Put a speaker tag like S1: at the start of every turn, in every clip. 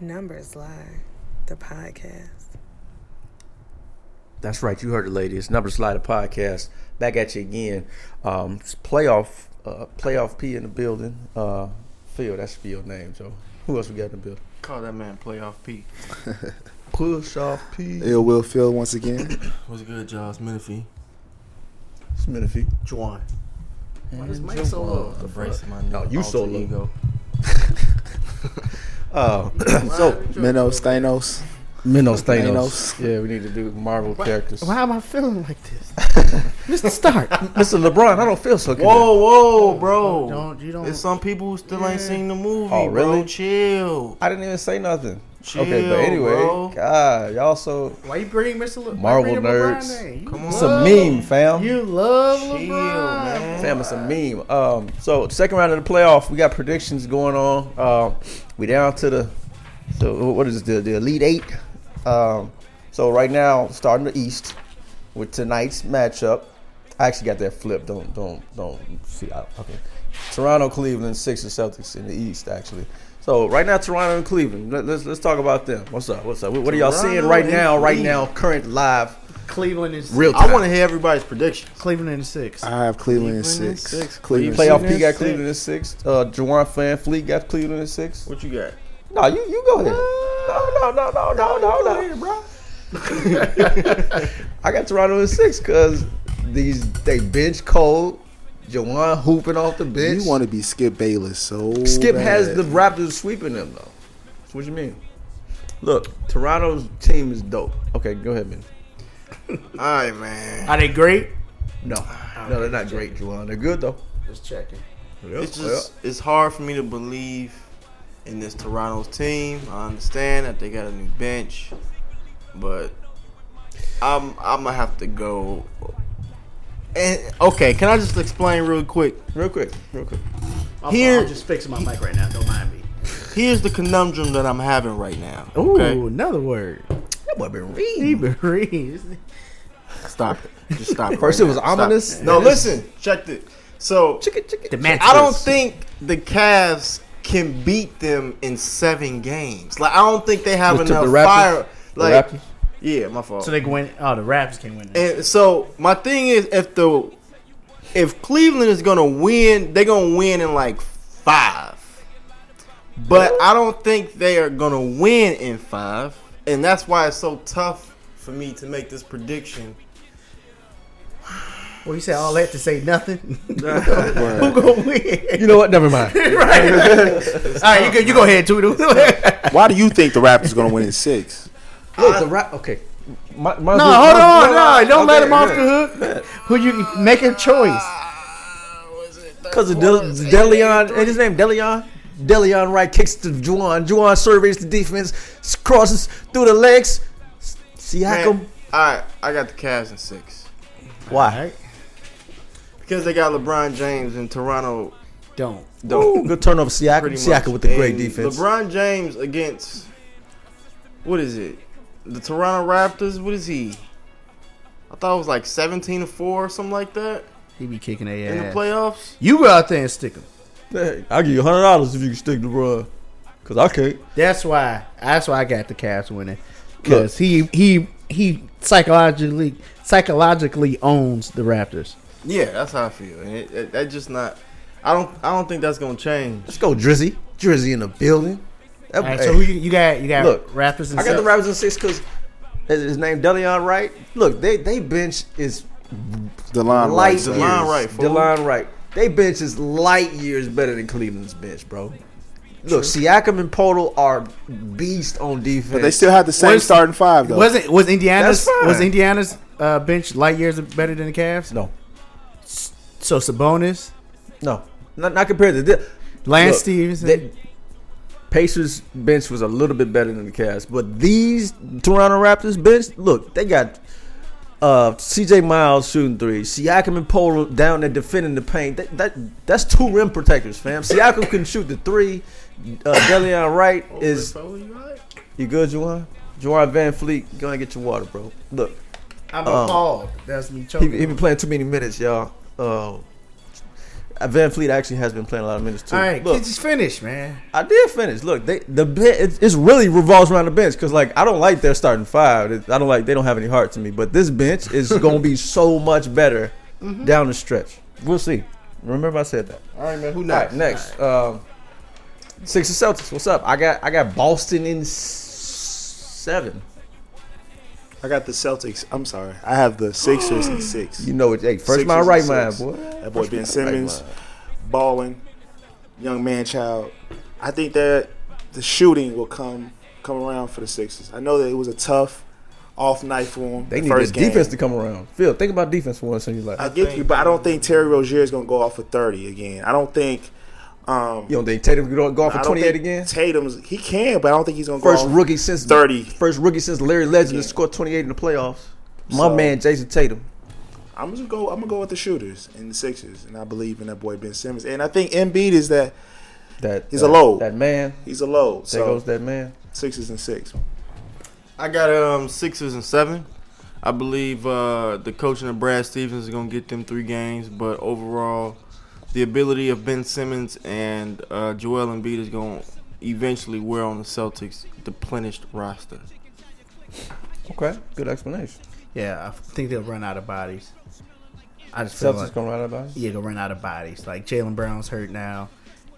S1: Numbers Lie, the podcast.
S2: That's right. You heard it, ladies. Number Slider Podcast back at you again. Um, it's playoff, uh, playoff P in the building. Uh, Phil, that's Phil's name, Joe. Who else we got in the building?
S3: Call that man Playoff P.
S2: Push off P.
S4: Ill Will Phil once again.
S3: What's good, Joss Menifee?
S2: Smithy.
S3: Juwan. Why
S2: And
S3: does Mike so
S2: Juwan.
S3: low? Embracing my
S2: No,
S3: new
S2: you
S3: alter
S2: so low.
S3: ego.
S2: Uh, so
S4: Minos, Thanos.
S2: Minos
S4: Thanos.
S2: Thanos. Yeah, we need to do Marvel characters.
S3: Why am I feeling like this, Mr. Stark?
S2: Mr. LeBron, I don't feel so good.
S3: whoa, whoa, bro!
S4: Don't- you don't-
S3: There's some people who still ain't seen the movie.
S2: Oh, really?
S3: Bro. Chill,
S2: I didn't even say nothing.
S3: chill.
S2: okay, but anyway,
S3: bro.
S2: God, y'all so
S5: Why you bring Mr. Le-
S2: Marvel
S5: why bring LeBron
S2: nerds.
S5: in? You,
S3: come on,
S2: it's a meme, fam.
S5: you love
S3: chill,
S5: LeBron.
S3: man.
S2: Fam, it's a meme. Um, so second round of the playoff, we got predictions going on. Um, we down to the, so what is it, the the elite eight. Um, so right now, starting the East with tonight's matchup. I actually got that flip. Don't don't don't see. I, okay, Toronto, Cleveland, Sixers, Celtics in the East actually. So right now, Toronto and Cleveland. Let, us let's talk about them. What's up? What's up? What, what are y'all seeing
S3: Toronto
S2: right
S3: and
S2: now? Right now,
S3: Cleveland.
S2: current live,
S5: Cleveland is
S2: real time.
S3: I want to hear everybody's predictions.
S5: Cleveland in six.
S4: I have Cleveland in
S3: Cleveland in
S4: six.
S3: six.
S4: Cleveland in
S2: Playoff
S4: six.
S2: P got Cleveland in six. Uh, Juwan Fan Fleet got Cleveland in six.
S3: What you got?
S2: No, you you go ahead. No, no, no, no, no, no, no, bro. I got Toronto in six because these they bench cold. Jawan hooping off the bench.
S4: You want to be Skip Bayless, so
S2: Skip
S4: bad.
S2: has the Raptors sweeping them though. So what you mean? Look, Toronto's team is dope. Okay, go ahead, man.
S3: All right, man.
S5: Are they great?
S2: No, no, they're not great, Jawan. They're good though.
S5: Just checking.
S3: It's just it's hard for me to believe in this Toronto's team. I understand that they got a new bench, but I'm I'm gonna have to go. And okay, can I just explain real quick?
S2: real quick, real quick.
S5: I'm,
S3: Here-
S5: I'm just fixing my mic right now. Don't mind me.
S3: Here's the conundrum that I'm having right now.
S5: Ooh,
S3: Okay,
S5: another word.
S2: That boy been
S5: He
S2: reading.
S5: breathes.
S3: stop it. Just stop it.
S2: First
S3: right
S2: it was
S3: now. Stop
S2: ominous.
S3: No, listen. Check it. So
S2: Chicka, chicka,
S5: The
S2: chicka.
S5: man-
S3: I don't think the Cavs can beat them in seven games. Like I don't think they have
S2: With the-
S3: enough
S2: the Raptors?
S3: fire.
S2: The
S3: Like
S2: Raptors?
S3: yeah, my fault.
S5: So they can win. Oh, the Raps can win. This.
S3: And so my thing is, if the if Cleveland is gonna win, they're gonna win in like five. But I don't think they are gonna win in five, and that's why it's so tough for me to make this prediction.
S5: Well, you said all that to say nothing. Who
S4: Word.
S5: gonna win?
S2: You know what? Never mind.
S5: all right, you go, you go ahead, Tweedle.
S4: Why do you think the Raptors going to win in six?
S2: Look, the rap. Okay. My, my
S5: No, hold on, no, don't let him off the hook. Who you make a choice?
S2: Because of Del- Deleon, and his name Deleon. Deleon right kicks to Juwan. Juwan surveys the defense, s- crosses through the legs. S- Siakam.
S3: Man, all right, I got the Cavs in six
S2: Why?
S3: because they got LeBron James and Toronto.
S5: Don't.
S3: Don't
S2: Ooh, good turnover, Siakam.
S3: pretty
S2: Siakam
S3: much.
S2: with the great
S3: And
S2: defense.
S3: LeBron James against what is it? The Toronto Raptors. What is he? I thought it was like seventeen to four or something like that
S5: He be kicking their
S3: in
S5: ass.
S3: the playoffs.
S5: You go out there and stick him.
S2: Hey, I'll give you hundred dollars if you can stick LeBron. Cause I can't.
S5: That's why. That's why I got the Cavs winning because he he he psychologically psychologically owns the Raptors.
S3: Yeah, that's how I feel. And it, it, that just not. I don't. I don't think that's gonna change.
S2: Let's go, Drizzy. Drizzy in the building. That-
S5: All right,
S2: hey.
S5: so who you, you got? You got
S2: Look,
S5: Raptors. And
S2: I got the
S5: Celtics.
S2: Raptors in six because his name Deleon Wright. Look, they they bench is
S4: DeLon
S2: light
S4: Wright.
S2: years.
S3: DeLon Wright, fool.
S2: DeLon Wright. They bench is light years better than Cleveland's bench, bro. Look, Siakam and Podol are beast on defense.
S4: But they still have the same
S5: Was-
S4: starting five, though.
S5: Was it was Indiana's
S2: That's fine.
S5: was Indiana's uh, bench light years better than the Cavs?
S2: no,
S5: So Sabonis,
S2: no, not not compared to this.
S5: Lance
S2: Look,
S5: Stevenson.
S2: that- Pacers bench was a little bit better than the Cavs, but these Toronto Raptors bench, look, they got uh, C.J. Miles shooting three, Siakam and Polo down there defending the paint. That, that that's two rim protectors, fam. Siakam can shoot the three. Uh, Deleon Wright is you good, Juwan? Juwan Van Fleet, go and get your water, bro. Look,
S5: I'm
S2: um,
S5: appalled. That's me
S2: he,
S5: choking.
S2: he been playing too many minutes, y'all. Uh, Van Fleet actually has been playing a lot of minutes too.
S5: All right,
S2: Look,
S5: just finish, man.
S2: I did finish. Look, they the ben- it, it's really revolves around the bench because like I don't like their starting five. It- I don't like they don't have any heart to me. But this bench is gonna be so much better down the stretch. We'll see. Remember I said that.
S3: All right, man. Who
S2: All right, next. Um, Sixers Celtics. What's up? I got I got Boston in s- seven.
S4: I got the Celtics. I'm sorry. I have the Sixers and six.
S2: You know it. Hey, first
S4: Sixers
S2: my right
S4: and
S2: mind,
S4: six.
S2: boy.
S4: That boy
S2: First
S4: Ben
S2: round,
S4: Simmons,
S2: right
S4: balling, young man, child. I think that the shooting will come come around for the Sixers. I know that it was a tough off night for them.
S2: They need
S4: the first
S2: their defense
S4: game.
S2: to come around. Phil, think about defense for once in your life.
S4: I get you, but I don't think Terry Rozier is going to go off for 30 again. I don't think. Um,
S2: you don't think Tatum could go go off
S4: I
S2: for
S4: don't
S2: twenty eight
S4: think
S2: again?
S4: Tatum's he can, but I don't think he's going to go
S2: First
S4: off.
S2: rookie since
S4: 30.
S2: First rookie since Larry Legend to
S4: Yeah.
S2: score twenty eight in the playoffs. My
S4: So-
S2: man Jason Tatum.
S4: I'm just go. I'm gonna go with the shooters and the Sixers, and I believe in that boy Ben Simmons. And I think Embiid is that
S2: That
S4: He's
S2: that-
S4: a load.
S2: That man.
S4: he's a low.
S2: there
S4: So
S2: goes that man.
S4: Sixers and six.
S3: I got um Sixers and seven. I believe uh, the coaching of Brad Stevens is gonna get them three games, but overall, the ability of Ben Simmons and uh, Joel Embiid is gonna eventually wear on the Celtics deplenished roster.
S2: Okay, good explanation.
S5: Yeah, I think they'll run out of bodies. I just feel
S2: Celtics
S5: like
S2: gonna run out of bounds.
S5: yeah, they'll run out of bodies. Like Jalen Brown's hurt now.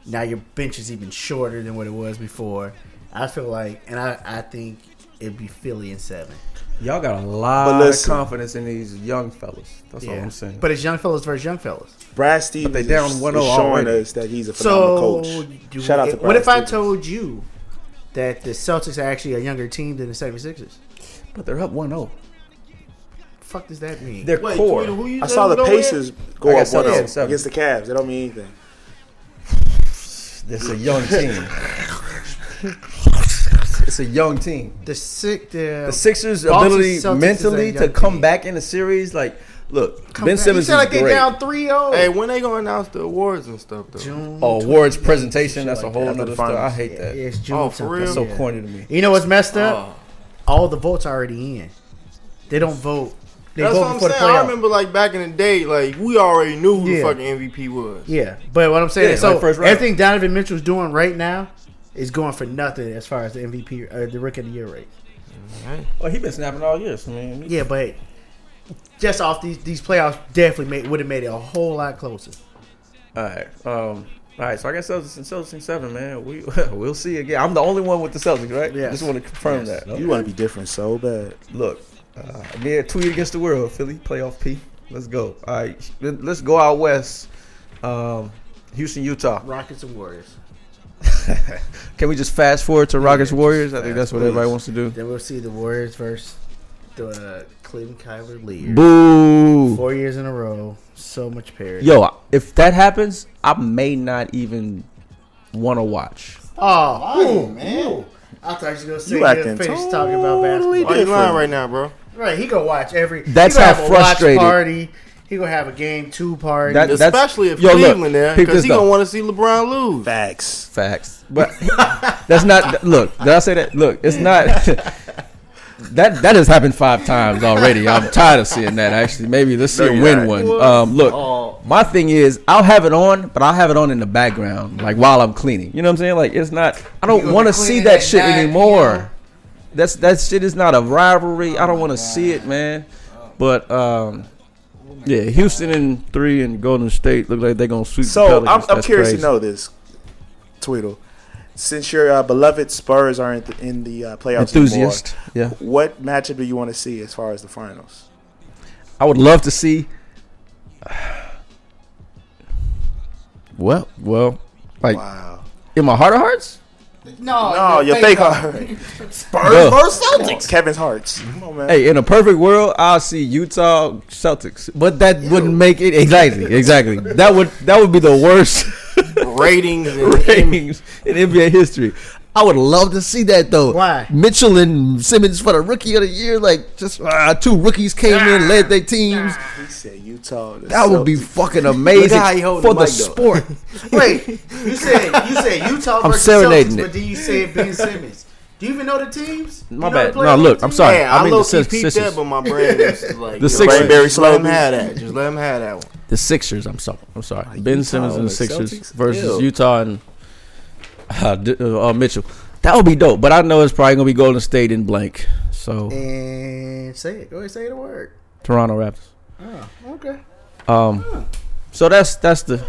S5: Now your bench is even shorter than what it was before. I feel like, and I, I think it'd be Philly in seven.
S2: Y'all got a lot
S4: But listen.
S2: of confidence in these young fellas. That's all
S5: yeah,
S2: I'm saying.
S5: but it's young fellas versus young fellas.
S4: Brad Stevens
S2: they down
S4: is, is
S2: 1-0
S4: showing
S2: already.
S4: us that he's a
S5: So,
S4: phenomenal coach.
S5: do-
S4: Shout out to
S5: what
S4: Brad
S5: if I
S4: Stevens.
S5: told you that the Celtics are actually a younger team than the 76ers?
S2: but they're up oh. 1-0.
S5: fuck does that mean?
S2: Their core.
S3: you
S4: I saw the Pacers go
S2: I got
S4: up one
S2: Celtics
S4: up
S2: in seven.
S4: against the Cavs. That don't mean anything.
S2: It's a young team. it's a young team.
S5: the sick. The,
S2: The Sixers'
S5: Boston
S2: ability
S5: Celtics is a
S2: mentally
S5: young
S2: to come
S5: team.
S2: back in a series, like, look,
S5: Come
S2: Ben
S5: back.
S2: Simmons
S5: You
S2: is
S5: sound like
S2: great.
S5: they down oh. 3 0.
S3: Hey, when they gonna announce the awards and stuff though? Uh,
S5: June.
S2: Oh, Ward's presentation, that's a
S5: like
S2: whole
S4: that.
S2: nother
S4: After the
S2: story. I
S4: finals.
S2: hate
S5: Yeah,
S2: that.
S5: yeah, it's June.
S3: Oh, for
S5: something.
S3: real?
S2: That's so
S5: Yeah.
S2: corny to me.
S5: You know what's messed up?
S3: Oh.
S5: All the votes already in. They don't vote. They
S3: That's
S5: vote
S3: what I'm
S5: before
S3: saying.
S5: the playoff.
S3: I remember like back in the day, like we already knew who
S5: Yeah.
S3: the fucking MVP was.
S5: Yeah, but what I'm saying
S2: Yeah,
S5: is, so
S2: like first round.
S5: everything Donovan Mitchell's doing right now is going for nothing as far as the MVP or uh, the Rookie of the Year rate.
S2: Well, he been snapping all year. So I mean,
S5: Yeah, but just off these these playoffs, definitely would have made it a whole lot closer.
S2: All right. Um, all right. So I got Celtics and Celtics in seven, man. We we'll see again. I'm the only one with the Celtics, right?
S5: Yes.
S2: Just want to confirm
S5: Yes.
S2: that.
S4: You want to be different so bad.
S2: Look, uh, yeah, tweet against the world, Philly playoff P. Let's go. All right, let- let's go out west. Um, Houston, Utah.
S5: Rockets and Warriors.
S2: Can we just fast forward to Rockets Warriors? I think that's what
S4: please.
S2: everybody wants to do.
S5: Then we'll see the Warriors versus the uh, Clinton Kyler Lee.
S2: Boo!
S5: Four years in a row. So much parity.
S2: Yo, if that happens, I may not even want to watch.
S5: Oh, man. I thought you was gonna say
S4: You
S5: you
S4: acting
S5: finish talking about
S3: Why
S4: totally
S5: basketball.
S3: you lying
S4: Different.
S3: right now, bro?
S5: Right, he gonna watch every. he
S2: That's
S5: gonna
S2: how
S5: have
S2: frustrated-
S5: A watch party. He gonna have a game two party.
S2: That- That's-
S3: Especially if
S2: Yo, look,
S3: Cleveland there,
S2: peep
S3: because
S2: this
S3: he
S2: though.
S3: gonna want to see LeBron lose.
S4: Facts.
S2: Facts. But that's not. Look, did I say that? Look, it's not. That that has happened five times already. I'm tired of seeing that. Actually, maybe let's see
S4: No,
S2: him
S4: you're Oh.
S2: win
S4: not.
S2: one. Um, look, my thing is I'll have it on, but I'll have it on in the background, like while I'm cleaning. You know what I'm saying? Like it's not. I don't
S5: gonna
S2: want to
S5: be
S2: see
S5: cleaning
S2: that
S5: at
S2: shit
S5: nine p.m.?
S2: anymore. That's that shit is not a rivalry. I don't want to see it, man. But um, yeah, Houston in three and Golden State look like they're gonna sweep. the
S4: So I'm,
S2: Pelicans.
S4: I'm
S2: That's
S4: curious
S2: crazy.
S4: to know this, Tweedle. Since your uh, beloved Spurs are in the, in the uh, playoffs
S2: enthusiast. Yeah.
S4: anymore, what matchup do you want to see as far as the finals?
S2: I would love to see. Well, well, like
S4: Wow.
S2: in my heart of hearts,
S5: no,
S4: Oh, your fake heart.
S2: Duh.
S4: Celtics. Kevin's hearts. Come on, man.
S2: hey, in a perfect world, I'll see Utah Celtics, but that wouldn't make it exactly, exactly. that would that would be the worst
S3: Ratings and
S2: ratings in NBA history. I would love to see that though.
S5: Why?
S2: Mitchell and Simmons for the rookie of the year, like just ah, two rookies came in, led their teams.
S4: He said Utah. the
S2: That would be
S4: Celtics.
S2: fucking amazing
S3: how he holding
S2: for the
S3: the mic, though.
S2: sport.
S5: Wait, you said you said Utah
S2: I'm
S5: versus
S2: serenading
S5: Celtics,
S2: it.
S5: but then you said Ben Simmons. Do you even know the teams?
S2: My
S5: You know the
S2: bad.
S5: players
S2: No,
S5: on
S2: look,
S5: the
S2: I'm
S5: team?
S2: sorry.
S3: Yeah, I,
S2: mean the
S3: low key
S2: Six-
S3: peeped
S2: Sixers.
S3: that, but my brain was like,
S2: The
S3: you know,
S2: Sixers.
S3: Barry Sloan had that. Just let him have that one.
S2: The Sixers. I'm sorry. I'm sorry. ben
S3: Ah, Utah
S2: Simmons and
S3: and
S2: the Sixers
S3: Celtics?
S2: versus
S3: Ew.
S2: Utah and uh, D- uh, Mitchell. That would be dope. But I know it's probably gonna be Golden State and blank. So
S5: And say it. Go ahead, say the word.
S2: Toronto Raptors.
S3: Ah,
S5: Oh, okay.
S2: Um, so that's that's the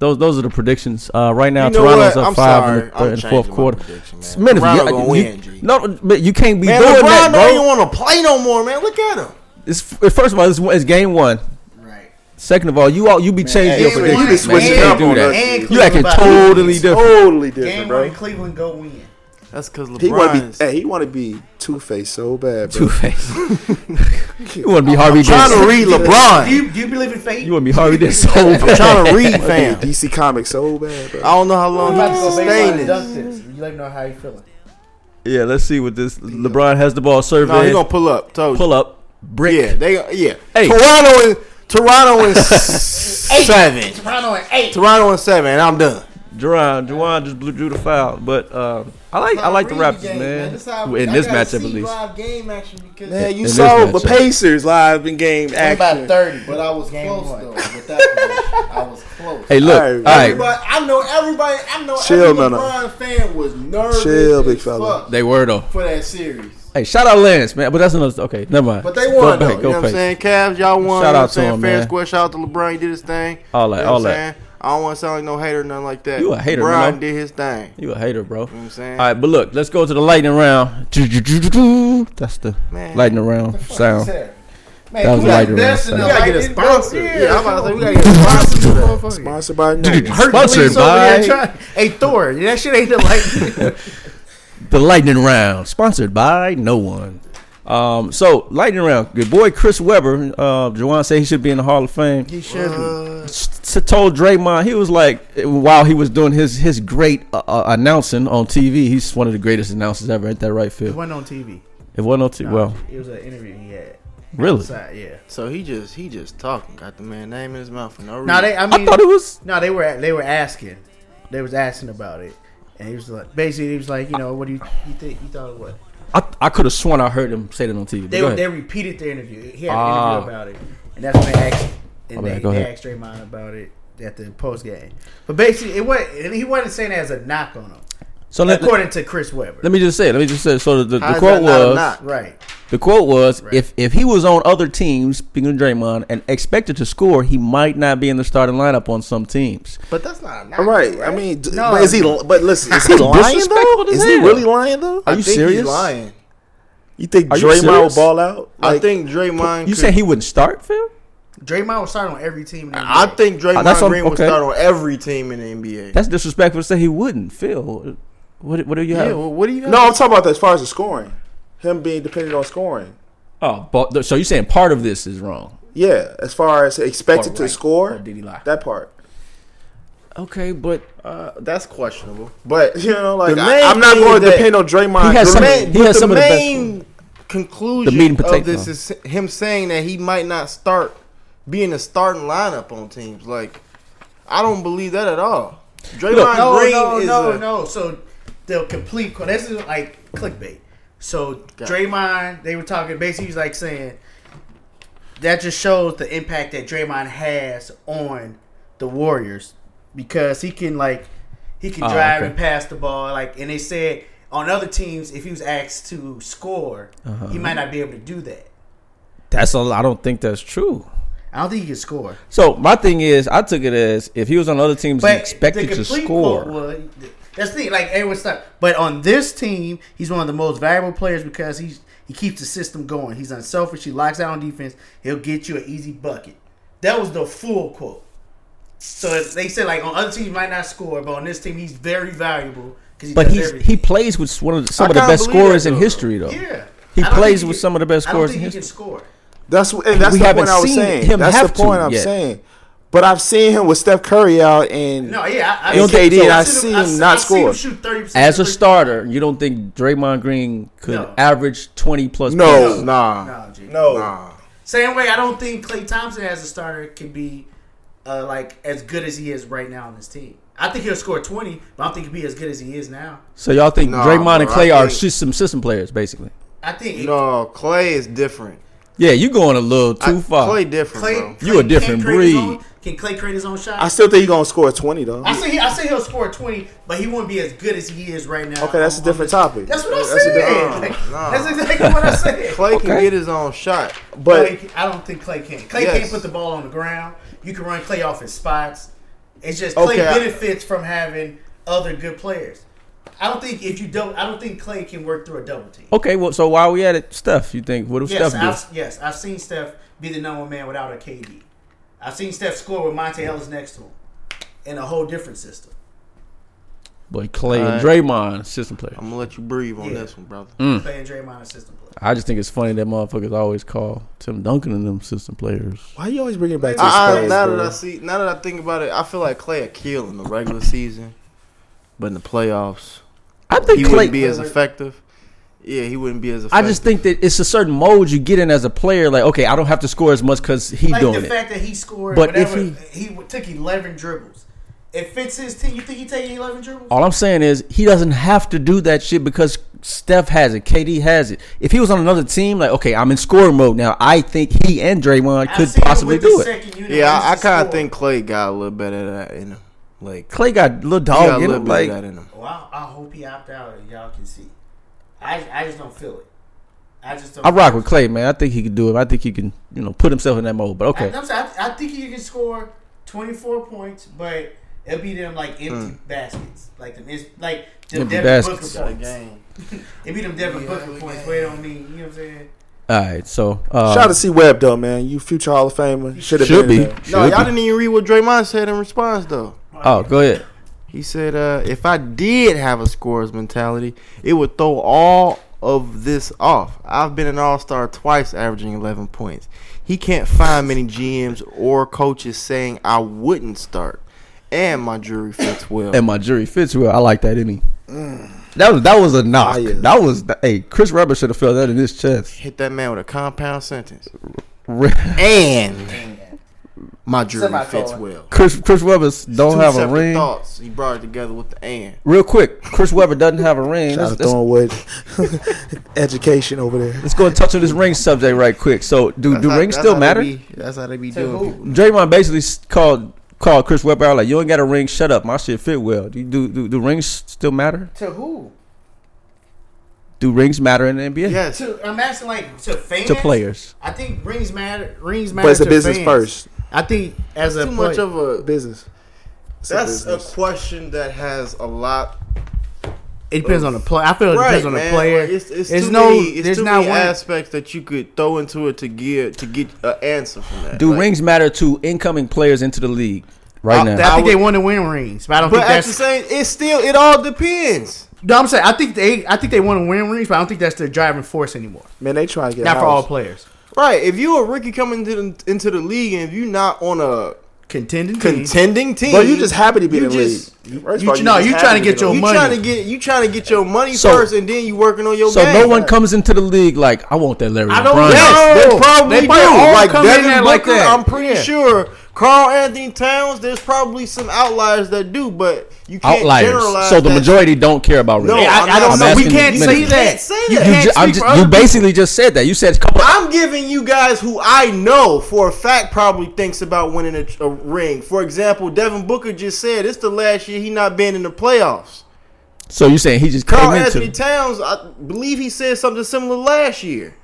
S2: those those are the predictions. Uh, right now
S3: Ah. You know
S2: Toronto's
S3: what?
S2: up
S3: I'm
S2: five in
S3: sorry.
S2: the,
S3: I'm
S2: third and fourth
S3: changing my
S2: quarter.
S3: prediction, man.
S2: Man, if you-
S3: Toronto gonna
S2: you-
S3: win, G.
S2: no, but you can't be
S3: Man,
S2: doing
S3: LeBron
S2: that,
S3: don't
S2: bro.
S3: even want to play no more, man. Look at him.
S2: It's, first of all, it's, it's game one.
S5: Right.
S2: Second of all, you all you be changing your
S4: hey,
S2: prediction.
S4: you be switching
S2: you can't
S4: up on
S2: do
S4: us.
S2: that.
S4: And
S2: You acting totally different.
S4: Totally
S5: Game
S4: different,
S5: one,
S4: bro.
S5: Cleveland go win.
S3: That's because
S4: He want to
S3: LeBron.
S4: be, hey, he want to be Two Face so bad,
S2: Two
S4: bro.
S2: face. you want to be Harvey
S3: trying to
S2: Dent?
S3: read
S5: Do
S3: LeBron.
S5: you, do you believe in fate?
S2: You want to be Harvey Dent so bad.
S3: trying to read,
S4: Wanna be
S3: fam.
S4: DC Comics so bad,
S3: I
S4: bro.
S3: don't know how long
S5: I'm
S3: he
S5: about to
S3: can
S5: go
S3: sustain
S5: baseline and dunk
S3: this.
S5: this. You let me know how you feeling.
S2: Yeah, let's see what this. LeBron has the ball
S3: No, he
S2: surveyed.
S3: gonna pull up. Told you.
S2: pull up. Brick.
S3: Yeah, they. Yeah.
S2: Hey.
S3: Toronto and Toronto and seven.
S5: Toronto at eight.
S3: Toronto and seven, and I'm done.
S2: Jerron, Jerron just blew, drew the foul, but um, I like I like the Raptors, man. In this matchup, at least.
S5: game action because
S4: Man,
S2: In
S4: you
S2: this
S4: saw the
S2: matchup.
S4: Pacers live in game action.
S5: thirty, but I was close though. With that position. I was close.
S2: Hey, look,
S4: All
S2: all
S4: right,
S2: right,
S5: Everybody, I know everybody. I know
S4: Chill,
S5: every
S4: no, no.
S5: LeBron fan was nervous.
S4: Chill,
S5: as
S4: big fella.
S5: fuck
S2: they were though.
S5: For that series,
S2: Hey, shout out Lance, man. But that's another. Okay, never mind.
S5: But they
S2: Go
S5: won,
S2: back,
S5: though.
S2: go
S3: You know what I'm
S2: back.
S3: saying? Cavs, y'all
S2: Shout
S3: won. you know
S2: out
S3: what I'm
S2: to
S3: saying?
S2: him,
S3: Fair
S2: man.
S3: square. Shout out to LeBron. He did his thing.
S2: All that,
S3: You know what
S2: all
S3: I'm
S2: that.
S3: saying? I don't want to sound like no hater or nothing like that.
S2: You a hater,
S3: LeBron
S2: Melo.
S3: did his thing.
S2: You a hater, bro.
S3: You know what I'm saying?
S2: All right, but look, let's go to the lightning round. That's the
S3: Man.
S2: lightning round sound.
S5: man,
S2: That was
S5: we got
S2: lighter
S5: best in
S2: round.
S5: the
S2: We
S3: gotta get a
S5: lightning
S3: sponsor.
S5: bolt.
S3: Yeah,
S5: Yeah,
S3: I'm about to say, we gotta
S5: come
S3: get a sponsor for that motherfucker.
S4: Sponsored by Nike.
S5: on.
S2: Sponsored
S5: Hercules over there
S2: by-
S5: trying- Hey Thor, that shit ain't the lightning.
S2: The lightning round, sponsored by no one. Um, so lightning round, your boy Chris Webber. Uh, Juwan said he should be in the Hall of Fame.
S5: he should be.
S2: S- told Draymond he was like while he was doing his his great uh, uh, announcing on TV. He's one of the greatest announcers ever. Ain't that right,
S5: It
S2: Phil?
S5: wasn't on TV.
S2: If one or two,
S5: Nah,
S2: well,
S5: it was an interview he had.
S2: really,
S5: Outside, yeah.
S3: So he just he just talking, got the man name in his mouth for no reason.
S5: No, they. I mean,
S2: I thought it was.
S5: No, they were they were asking. They was asking about it, and he was like, basically, he was like, you know, what do you you think you thought of what?
S2: I, I could have sworn I heard him say that on TV. but
S5: They
S2: go
S5: they
S2: ahead.
S5: repeated their interview. He had an
S2: Ah.
S5: interview about it, and that's when they asked and
S2: My
S5: they,
S2: bad, go
S5: they
S2: ahead.
S5: asked Draymond about it at the post game. But basically, it was and he wasn't saying it as a knock on him,
S2: so let,
S5: according to Chris Webber.
S2: let me just say, let me just say. So the,
S3: How
S2: the
S3: is
S2: quote
S3: that not a
S2: was.
S3: knock?
S5: right.
S2: The quote was,
S5: Right.
S2: "If if he was on other teams, speaking of Draymond, and expected to score, he might not be in the starting lineup on some teams."
S3: but that's not a knock,
S4: All right. I
S3: right?
S4: mean, d-
S5: No.
S4: but is he? But listen, is he
S2: That's
S4: lying though?
S2: disrespectful as
S4: Is he
S2: hell.
S4: really lying though?
S2: Are you
S3: think
S2: serious?
S3: He's lying.
S4: You think
S2: Are you
S4: Draymond
S2: serious?
S4: will ball out?
S3: I think Draymond.
S2: You
S3: could-
S2: said he wouldn't start, Phil?
S5: Draymond was starting on every team. in the
S3: I
S5: NBA.
S3: think Draymond
S2: Ah, that's what-
S3: Green would
S2: okay.
S3: start on every team in the NBA.
S2: That's disrespectful to say he wouldn't, Phil. What what do you
S3: yeah.
S2: have?
S3: Well, what do you?
S4: No, I'm talking about as far as the scoring, him being dependent on scoring.
S2: oh, but, so you're saying part of this is wrong?
S4: Yeah, as far as expected
S2: Or
S4: to
S2: right,
S4: score,
S2: or did he lie?
S4: that part.
S2: Okay, but
S3: Uh, that's questionable.
S4: But you know, like
S3: The
S4: I,
S3: main
S4: I'm not
S3: thing
S4: going
S3: is
S4: to
S3: that
S4: depend on Draymond.
S2: He has
S4: Green.
S2: some-
S3: Man,
S2: he
S3: but
S2: has
S3: the
S2: some of the best
S3: main conclusion
S2: The meat and
S3: of
S2: potato.
S3: this is him saying that he might not start being a starting lineup on teams. Like, I don't believe that at all. Draymond
S5: no,
S3: Green
S5: no,
S3: is
S5: no,
S3: a,
S5: no. So the complete co- this is like clickbait. So
S3: Got it.
S5: Draymond, they were talking basically he was like saying that just shows the impact that Draymond has on the Warriors because he can like he can
S2: Oh,
S5: drive
S2: okay.
S5: and pass the ball like and they said on other teams if he was asked to score
S3: Uh-huh.
S5: he might not be able to do that.
S2: that's a. I don't think that's true.
S5: I don't think he can score.
S2: So my thing is, I took it as if he was on other teams, he
S5: But
S2: expected
S5: the
S2: to
S5: complete
S2: score.
S5: quote was- that's the thing, like everyone stopped. But on this team, he's one of the most valuable players because he's he keeps the system going. He's unselfish. He locks out on defense. He'll get you an easy bucket. That was the full quote. So they said like on other teams he might not score, but on this team he's very valuable because he
S2: but
S5: does
S2: he's he
S5: everything.
S2: plays with one of the, some
S3: I
S2: of the
S3: kinda
S2: best
S3: believe that,
S2: scorers in
S3: though.
S2: history, though.
S5: yeah
S2: he
S5: I don't
S2: plays
S5: think he
S2: with
S5: can-
S2: some of the best
S5: I don't
S2: scorers in
S5: think he can
S2: history.
S5: score.
S4: That's and that's
S2: We
S4: the
S2: haven't
S4: point I was
S2: seen
S4: saying.
S2: him
S4: that's
S2: have
S4: the point
S2: to
S4: I'm
S2: yet.
S4: saying. But I've seen him with Steph Curry out, and
S5: No, yeah, I, I
S4: And
S5: I've seen
S4: KD,
S5: him-
S4: I
S5: I've
S4: see
S5: I've
S4: him
S5: seen-
S4: not
S5: I've seen him
S4: score.
S5: shoot 30%
S2: As a
S5: free-
S2: starter, you don't think Draymond Green could
S5: No.
S2: average twenty plus?
S4: no,
S2: points?
S3: Nah,
S5: No, G.
S4: no,
S3: nah.
S5: Same way, I don't think Klay Thompson as a starter can be uh, like as good as he is right now on this team. I think he'll score twenty, but I don't think he'll be as good as he is now.
S2: So y'all think
S3: Nah,
S2: Draymond and
S3: bro,
S2: Clay
S3: I
S2: are
S3: think-
S2: system system players, basically?
S5: I think
S3: No, Clay is different.
S2: Yeah, you going a little too
S3: I-
S2: far.
S3: Clay different,
S5: Clay,
S3: bro.
S5: Clay
S2: You a different
S5: can create his
S2: breed.
S5: own- can Clay create his own shot?
S4: I still think he's gonna score twenty though.
S5: I say he, I say he'll score twenty, but he wouldn't be as good as he is right now.
S4: Okay, that's a
S5: On-
S4: different
S5: on
S4: topic.
S5: the- That's what I
S4: That's a
S5: said.
S4: different-
S5: Like,
S3: Nah.
S5: That's exactly what I said.
S3: Clay can
S2: Okay.
S3: get his own shot.
S4: But
S5: Clay, I don't think Clay can. Clay
S3: Yes.
S5: can't put the ball on the ground. You can run Clay off his spots. It's just Clay
S3: Okay, I-
S5: benefits from having other good players. I don't think if you don't, I don't think Clay can work through a double team.
S2: Okay, well, so while we at it, Steph, you think what if
S5: yes,
S2: Oh, Steph do?
S5: I've, yes, I've seen Steph be the number one man without a KD. I've seen Steph score with
S2: Mm.
S5: Monte Ellis next to him in a whole different system.
S2: But Clay and
S3: All
S2: Draymond, system player.
S3: I'm gonna let you breathe on
S5: Yeah.
S3: this one, brother.
S2: Mm.
S5: Clay and Draymond are system play.
S2: I just think it's funny that motherfuckers always call Tim Duncan and them system players.
S4: why you always bringing it back to the
S3: I, I,
S4: Spurs,
S3: now
S4: bro?
S3: that I see, now that I think about it, I feel like Clay a kill in the regular season, but in the playoffs,
S2: I think
S3: he
S2: Clay.
S3: wouldn't be as effective. Yeah, he wouldn't be as
S2: I
S3: effective.
S2: just think that it's a certain mode you get in as a player. Like, okay, I don't have to score as much because he
S5: Like
S2: doing
S5: the
S2: it.
S5: fact that he scored,
S2: But if
S5: whatever, he, took eleven dribbles. It fits his team. You think he taking eleven dribbles?
S2: All I'm saying is he doesn't have to do that shit because Steph has it, KD has it. If he was on another team, like okay, I'm in scoring mode now. I think he and Draymond
S5: I've
S2: could
S5: seen him
S2: possibly
S5: with the
S2: do it.
S5: second unit
S3: yeah, I, I
S5: once he
S3: kind
S5: scored.
S3: of think Clay got a little bit of that in him. Like, he
S2: Clay got a little dog
S3: got a
S2: in
S3: little
S2: Oh, him,
S3: bit
S2: like
S3: of that in him.
S5: Well, I, I hope he opt out and y'all can see. I I just don't feel it. I just don't.
S2: I rock with Clay, man. I think he could do it. I think he can, you know, put himself in that mode. But
S5: I,
S2: okay,
S5: am sorry, I, I think you can score 24 points, but it'll be them like empty baskets, like them it's- like them
S2: Hmm. Empty
S5: Devin
S2: baskets.
S5: Booker points. It'll be them Devin Booker points. Where it don't mean you know what I'm saying.
S2: all right. So uh,
S4: Shout out to C Web though, man. You future Hall of Famer should have
S2: should
S4: been.
S2: be.
S4: in there.
S2: Should
S3: No, y'all
S2: be.
S3: didn't even read what Draymond said in response though.
S2: Oh, go ahead.
S3: He said, uh, "If I did have a scorer's mentality, it would throw all of this off. I've been an all-star twice, averaging 11 points. He can't find many GMs or coaches saying I wouldn't start, and my jury fits well.
S2: And my jury fits well. I like that in him.
S3: Mm.
S2: That was that was a knock.
S4: Ah, yeah.
S2: That was hey Chris Webber should have felt that in his chest.
S3: Hit that man with a compound sentence,
S2: Chris
S3: and my jury
S5: Somebody
S3: fits
S5: call it.
S3: well.
S2: Chris Webber don't
S3: Two
S2: have a
S3: separate
S2: ring.
S3: Thoughts. He brought it together with the and.
S2: Real quick, Chris Webber doesn't have a ring.
S4: Shout
S2: Let's,
S4: out
S2: let's-
S4: Thornwood. Education over there.
S2: let's go and touch on this ring subject right quick. So, do do
S3: That's how-
S2: rings
S3: that's
S2: still
S3: how they
S2: matter?
S3: be- that's how they be doing.
S5: who?
S3: people.
S2: Draymond basically s- called called Chris Webber out like, "You ain't got a ring. Shut up. My shit fit well. Do do do, do rings still matter?
S5: To who?
S2: Do rings matter in the NBA?
S3: Yes,
S5: To I'm asking like to fans.
S2: To players.
S5: I think rings matter. Rings matter.
S4: But it's a
S5: to
S4: business
S5: fans.
S4: first.
S5: I think as a
S3: too much
S5: player-
S3: of a
S4: Business. It's a
S3: That's a
S4: business.
S3: question that has a lot.
S5: it depends on the player. I feel it depends on the
S3: man.
S5: player.
S3: Like, it's it's
S5: There's
S3: too
S5: no.
S3: many, it's
S5: there's
S3: too
S5: not
S3: many
S5: one.
S3: aspects that you could throw into it to get to get an answer from that.
S2: Do
S3: Like,
S2: rings matter to incoming players into the league right
S3: Uh,
S2: now?
S5: I
S3: that-
S5: think
S3: I
S5: they
S3: would-
S5: want to win rings, but I don't
S3: But
S5: think
S3: at the
S5: that's.
S3: same, it's still it all depends.
S5: No, I'm saying I think they. I think they want to win rings, but I don't think that's their driving force anymore.
S4: Man, they trying to get
S5: Not for all
S4: housed.
S5: players.
S3: Right, if you a rookie coming to the, into the league and if you not on a
S5: Contending. teams.
S3: contending team,
S4: But you just happy to be
S3: you
S4: in the
S3: just-
S4: league. First of
S5: you-
S4: all,
S5: no,
S4: just
S5: you
S4: happy
S5: trying to get
S4: be
S5: your
S4: in
S3: you
S4: the
S5: money.
S3: trying to get you trying to get your money
S2: So-
S3: first, and then you working on your
S2: so
S3: game.
S2: no one comes into the league like I want that Larry
S5: I don't
S2: O'Brien.
S5: know.
S3: Yes,
S5: No.
S3: they probably
S5: They
S3: do.
S5: probably all
S3: Like
S5: come in
S3: Devin
S5: there
S3: Booker,
S5: like that.
S3: I'm pretty
S5: Yeah.
S3: sure. Carl Anthony Towns, there's probably some outliers that do, but you can't
S2: Outliers.
S3: generalize.
S2: So the
S3: that.
S2: majority don't care about rings.
S3: No,
S5: Yeah, I-
S3: I'm
S5: I don't
S3: not
S5: know.
S2: I'm
S5: We
S2: asking
S5: can't
S2: you
S5: say
S2: minutes.
S5: that.
S3: can't say
S2: You,
S3: that.
S2: ju-
S5: speak
S2: I'm
S5: for
S2: just,
S5: other
S2: you
S5: people.
S2: basically just said that. You said couple
S3: I'm giving you guys who I know for a fact probably thinks about winning a, a ring. For example, Devin Booker just said it's the last year he not been in the playoffs.
S2: So you saying he just
S3: Carl
S2: came into
S3: Anthony Towns, I believe he said something similar last year.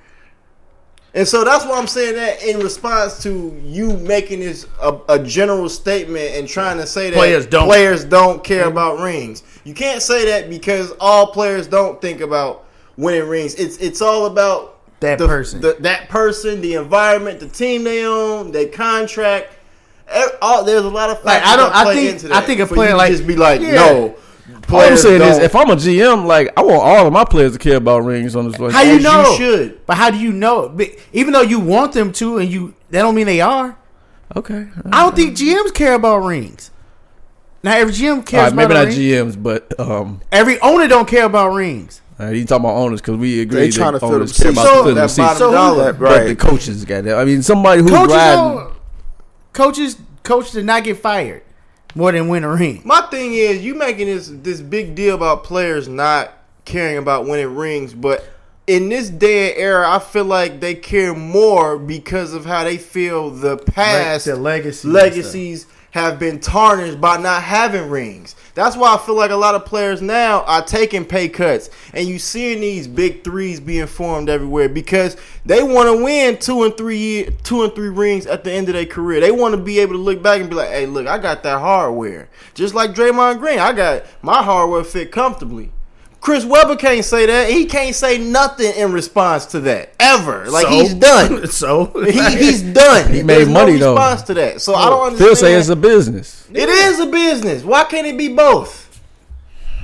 S3: And so that's why I'm saying that in response to you making this a, a general statement and trying to say that
S5: Players don't. Mm-hmm.
S3: players don't care about rings. You can't say that because all players don't think about winning rings. It's it's all about
S5: That
S3: the-
S5: person.
S3: the, that person, the environment, the team they own, their contract. E- All, there's a lot of
S5: Like,
S3: factors
S5: I don't-
S3: that
S5: I
S3: play
S5: think-
S3: into that
S5: I think a
S3: for
S5: player
S3: you to
S5: like-
S3: just be like
S5: Yeah.
S3: no.
S2: All I'm
S3: players
S2: saying is,
S3: don't
S2: if I'm a GM, like I want all of my players to care about rings on this. Like,
S5: How you
S3: as
S5: know?
S3: you should.
S5: But how do you know? But even though you want them to, and you that don't mean they are.
S2: Okay, all
S5: I don't think GMs care about rings. Now every GM cares
S2: right, maybe
S5: about
S2: not
S5: rings.
S2: GMs, but um,
S5: Every owner don't care about rings.
S2: all right, you talking about owners because we agree
S4: They
S2: that
S4: trying to fill them
S2: owners care
S4: seats.
S2: about
S4: So-
S2: filling the
S4: that
S2: seats,
S4: bottom
S5: So who-
S4: dollar,
S2: but the
S4: right?
S2: coaches got that. I mean, somebody who's
S5: Coaches,
S2: riding.
S5: don't, coaches, coaches did not get fired more than win a ring.
S3: My thing is, you making this this big deal about players not caring about winning rings, but in this day and era, I feel like they care more because of how they feel the past
S5: the legacy and
S3: legacies have been tarnished by not having rings. That's why I feel like a lot of players now are taking pay cuts, and you seeing these big threes being formed everywhere because they want to win two and three year, two and three rings at the end of their career. They want to be able to look back and be like, "Hey, look, I got that hardware." Just like Draymond Green, I got my hardware fit comfortably. Chris Webber can't say that. He can't say nothing in response to that ever. Like
S5: So?
S3: he's done.
S5: so
S3: He, he's done.
S2: He made
S3: There's
S2: money,
S3: no
S2: though.
S3: response to that. So I don't understand.
S2: Phil say it's a business.
S3: It is a business. Why can't it be both?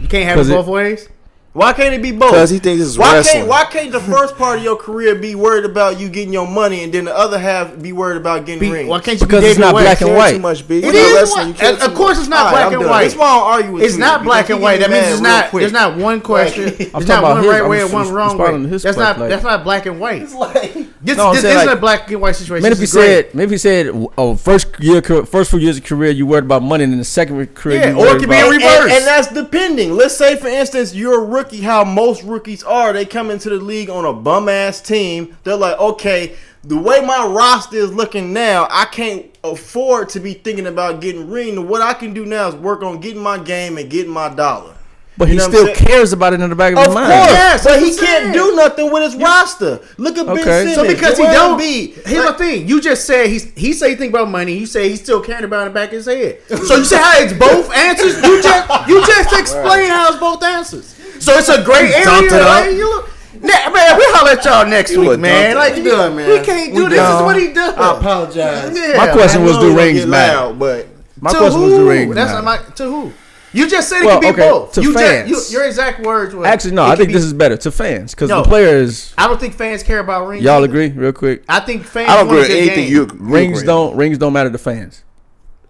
S5: you can't have
S2: 'Cause
S5: it
S2: it-
S5: both ways.
S3: Why can't it be both?
S4: 'Cause he thinks it's
S3: why
S4: wrestling.
S3: Can't, why can't the first part of your career be worried about you getting your money, and then the other half be worried about getting
S5: Be-
S3: rings?
S5: why can't you
S2: Because
S5: be
S2: it's
S5: David
S2: not
S5: West?
S2: black and
S4: Care
S2: white.
S4: Too much, B.
S3: It
S4: You know,
S3: is
S4: wrestling,
S3: what-
S4: you care
S5: and of
S4: too
S5: course
S4: much.
S5: it's not
S3: All
S5: black
S3: I'm
S5: and
S3: done.
S5: white.
S3: That's why I don't argue with
S5: It's
S3: you,
S5: not
S3: because
S5: black
S3: you
S5: and
S3: get
S5: white. That
S3: mad
S5: means it's
S3: real
S5: not.
S3: quick.
S5: There's not one question.
S3: Like-
S5: There's
S2: I'm talking
S5: not
S2: about
S5: one
S2: his-
S5: right
S2: I'm
S5: way and
S2: just
S5: one wrong
S2: responding
S5: way.
S2: to his
S5: That's
S2: part,
S5: not.
S2: like-
S5: That's not black and white. This, this,
S2: No, I'm saying,
S5: isn't
S2: like-
S5: a black and white situation.
S2: Man, if
S5: This
S2: he
S5: is great.
S2: said, man, if he said, oh, first year, first four years of career, you worried about money, and then the second career,
S3: Yeah,
S2: you
S3: or
S2: worried
S3: it could be
S2: about,
S3: in reverse. And, and that's depending. Let's say, for instance, you're a rookie, how most rookies are. They come into the league on a bum ass team. They're like, okay, the way my roster is looking now, I can't afford to be thinking about getting ring. What I can do now is work on getting my game and getting my dollar.
S2: but
S3: You
S2: he
S3: know what I'm
S2: still
S3: saying?
S2: cares about it in the back of,
S3: Of
S2: his
S3: course,
S2: mind.
S3: but he can't do nothing with his roster. Look at
S2: Okay.
S3: Ben Simmons.
S2: So
S5: So because he
S3: Joel
S5: don't
S3: Embiid.
S5: be. Here's
S3: Like,
S5: the thing. You just said he's he say he think about money. You say he's still caring about it in the back of his head. So you say how it's both answers. You just you just explain how it's both answers. So it's a great area.
S2: dumped it
S5: Like,
S2: up.
S5: you look, Nah, man, we holler at y'all next week,
S3: a
S5: man.
S3: dumped
S5: Like
S3: it. What you doing, man?
S5: we can't do
S3: We
S5: this. This
S3: gone.
S5: is what he does.
S3: I apologize.
S5: Yeah,
S2: My question was, do rings matter?
S3: loud, but
S2: My
S5: To
S2: question was,
S5: who?
S2: do rings
S5: That's
S2: matter?
S5: not my to who. You just said it
S2: Well,
S5: could be
S2: okay,
S5: both.
S2: to
S5: you
S2: fans.
S5: Just, you, your exact words were
S2: Actually, no,
S5: it
S2: I
S5: could
S2: think
S5: be-
S2: this is better to fans because
S5: No.
S2: the players,
S5: I don't think fans care about rings.
S2: y'all
S5: either.
S2: agree real quick.
S5: I think fans.
S4: I don't agree
S5: want a
S4: with
S5: good
S4: anything
S5: game.
S4: you agree.
S2: Rings don't rings don't matter to fans.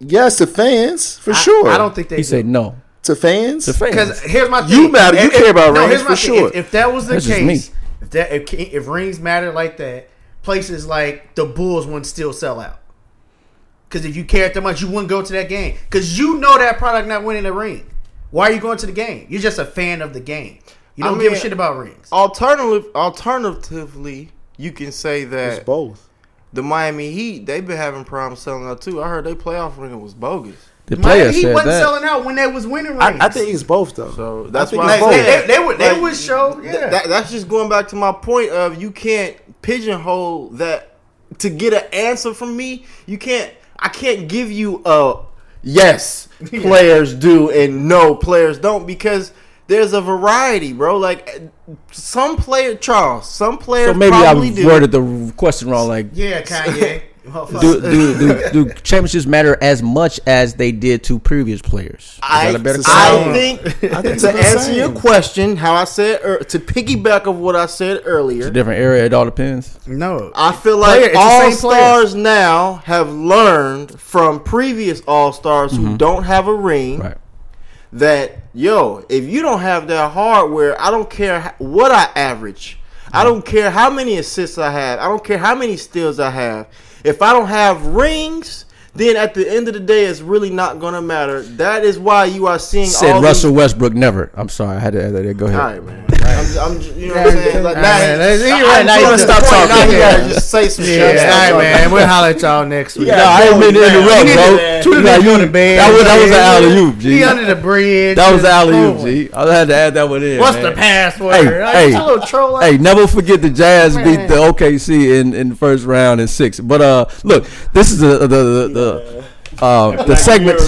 S4: Yes, to fans for
S5: I-
S4: sure.
S5: I, don't think they.
S2: He said no
S4: to fans.
S2: to fans.
S5: Because here's my thing.
S4: You matter. You care about rings
S5: here's my
S4: for
S5: thing.
S4: sure.
S5: If, if that was the
S2: That's just
S5: case,
S2: me.
S5: if that if, if rings matter like that, places like the Bulls wouldn't still sell out. Because if you cared that much, you wouldn't go to that game. Because you know that product not winning a ring. Why are you going to the game? You're just a fan of the game. You
S3: I
S5: don't give a
S3: mean-
S5: shit about rings.
S3: Alternative, alternatively, you can say
S4: It's
S3: that
S4: both.
S3: the Miami Heat they've been having problems selling out too. I heard their playoff ring was bogus.
S2: the
S5: Miami
S2: players
S5: Heat
S2: said
S5: wasn't
S2: that.
S5: selling out when they was winning rings.
S4: I, I think it's both though.
S3: So
S4: I
S3: that's
S4: think
S3: why
S4: it's both.
S5: Like, they, they, they would they
S3: Like,
S5: would show.
S3: Th-
S5: Yeah.
S3: that- that's just going back to my point of you can't pigeonhole that to get an answer from me. You can't. I can't give you a yes. Players do and no players don't because there's a variety, bro. Like some player Charles, some players
S2: So maybe I
S3: probably do.
S2: worded the question wrong. Like,
S5: yeah, Kanye.
S2: do, do, do, do championships matter as much as they did to previous players? Is
S3: I,
S2: that a better
S3: I
S4: same.
S3: think
S4: I think it's
S3: to
S4: the
S3: answer
S4: same.
S3: your question, how I said er, to piggyback of what I said earlier,
S2: different area. It all depends.
S5: no.
S3: I feel
S5: Player,
S3: like
S5: it's the
S3: all
S5: same player.
S3: stars now have learned from previous all stars who don't have a ring
S2: Right.
S3: that yo, if you don't have that hardware, I don't care h- what I average. I don't care how many assists I have. I don't care how many steals I have. If I don't have rings, then at the end of the day, it's really not gonna matter. That is why you are seeing all
S2: Said
S3: these-
S2: Russell Westbrook never. I'm sorry, I had to add that. in. Go ahead.
S3: all right, man. I'm, just- I'm, just- you know what I'm saying? Like,
S5: All
S3: now
S5: right,
S3: he-
S5: that's- he
S3: I-
S5: right,
S3: I'm
S5: now
S3: just
S5: you
S3: on the
S5: stop
S3: point.
S5: talking.
S3: Now you
S5: Yeah.
S3: gotta just say some
S5: Yeah,
S3: shit. Stop
S5: all right,
S3: talking.
S5: man. We'll holler at y'all next week.
S2: No, I ain't mean to interrupt, bro.
S5: Two
S2: Nah,
S5: minutes
S2: you-
S5: on the bed.
S2: That was that was an alley oop,
S5: He
S2: G.
S5: under the bridge.
S2: That was an alley
S5: Oh,
S2: oop, G. I had to add that one in.
S5: What's
S2: man.
S5: the password?
S2: Hey,
S5: Hey,
S2: hey,
S5: you little troll.
S2: Hey, never forget the Jazz
S5: Man.
S2: beat the OKC in, in the first round in six. But uh, look, this is the the the, the uh, the segment,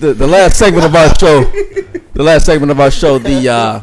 S2: the, the last segment of our show, the last segment of our show. The uh,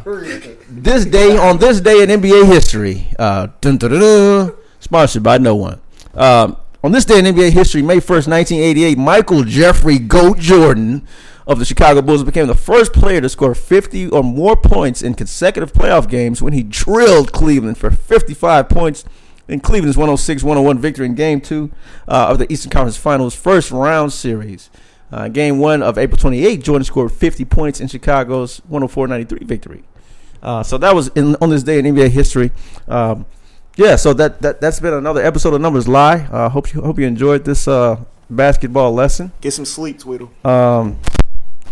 S2: this day on this day in NBA history, uh, dun, dun, dun, dun, sponsored by no one. Um, on this day in NBA history, May first, nineteen eighty-eight, Michael Jeffrey Goat Jordan of the Chicago Bulls became the first player to score fifty or more points in consecutive playoff games when he drilled Cleveland for fifty-five points. In Cleveland's 106-101 victory in Game Two uh, of the Eastern Conference Finals first round series, uh, Game One of April 28, Jordan scored 50 points in Chicago's 104-93 victory. Uh, so that was in, on this day in NBA history. Um, yeah, so that, that that's been another episode of Numbers Lie. Uh, hope you hope you enjoyed this uh, basketball lesson.
S4: Get some sleep, Twiddle.
S2: Um,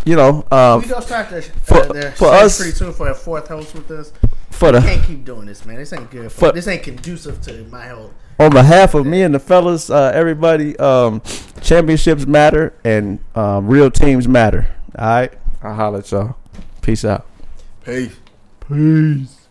S2: you know, uh,
S5: We gonna start the,
S2: For-
S5: uh, the
S2: for
S5: show
S2: us-
S5: pretty soon for a fourth host with us.
S2: for
S5: I
S2: the
S5: can't keep doing this, man. This ain't good. For,
S2: Fuck.
S5: this ain't conducive to my health.
S2: on behalf of me and the fellas, uh, everybody. Um, championships matter and um, real teams matter. All right, I holler at y'all. Peace out.
S3: Peace.
S2: Peace.